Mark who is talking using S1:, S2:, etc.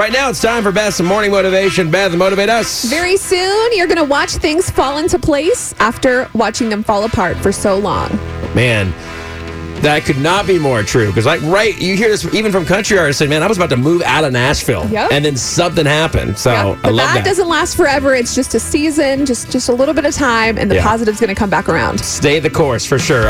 S1: Right now, it's time for Beth's Morning Motivation. Beth, motivate us.
S2: Very soon, you're going to watch things fall into place after watching them fall apart for so long.
S1: Man, that could not be more true. Because, like, right, you hear this even from country artists saying, man, I was about to move out of Nashville.
S2: Yep.
S1: And then something happened. So
S2: Yeah,
S1: Oh, I
S2: but
S1: love that.
S2: doesn't last forever. It's just a season, just just a little bit of time, and the
S1: Yeah.
S2: positive's going to come back around.
S1: Stay the course for sure.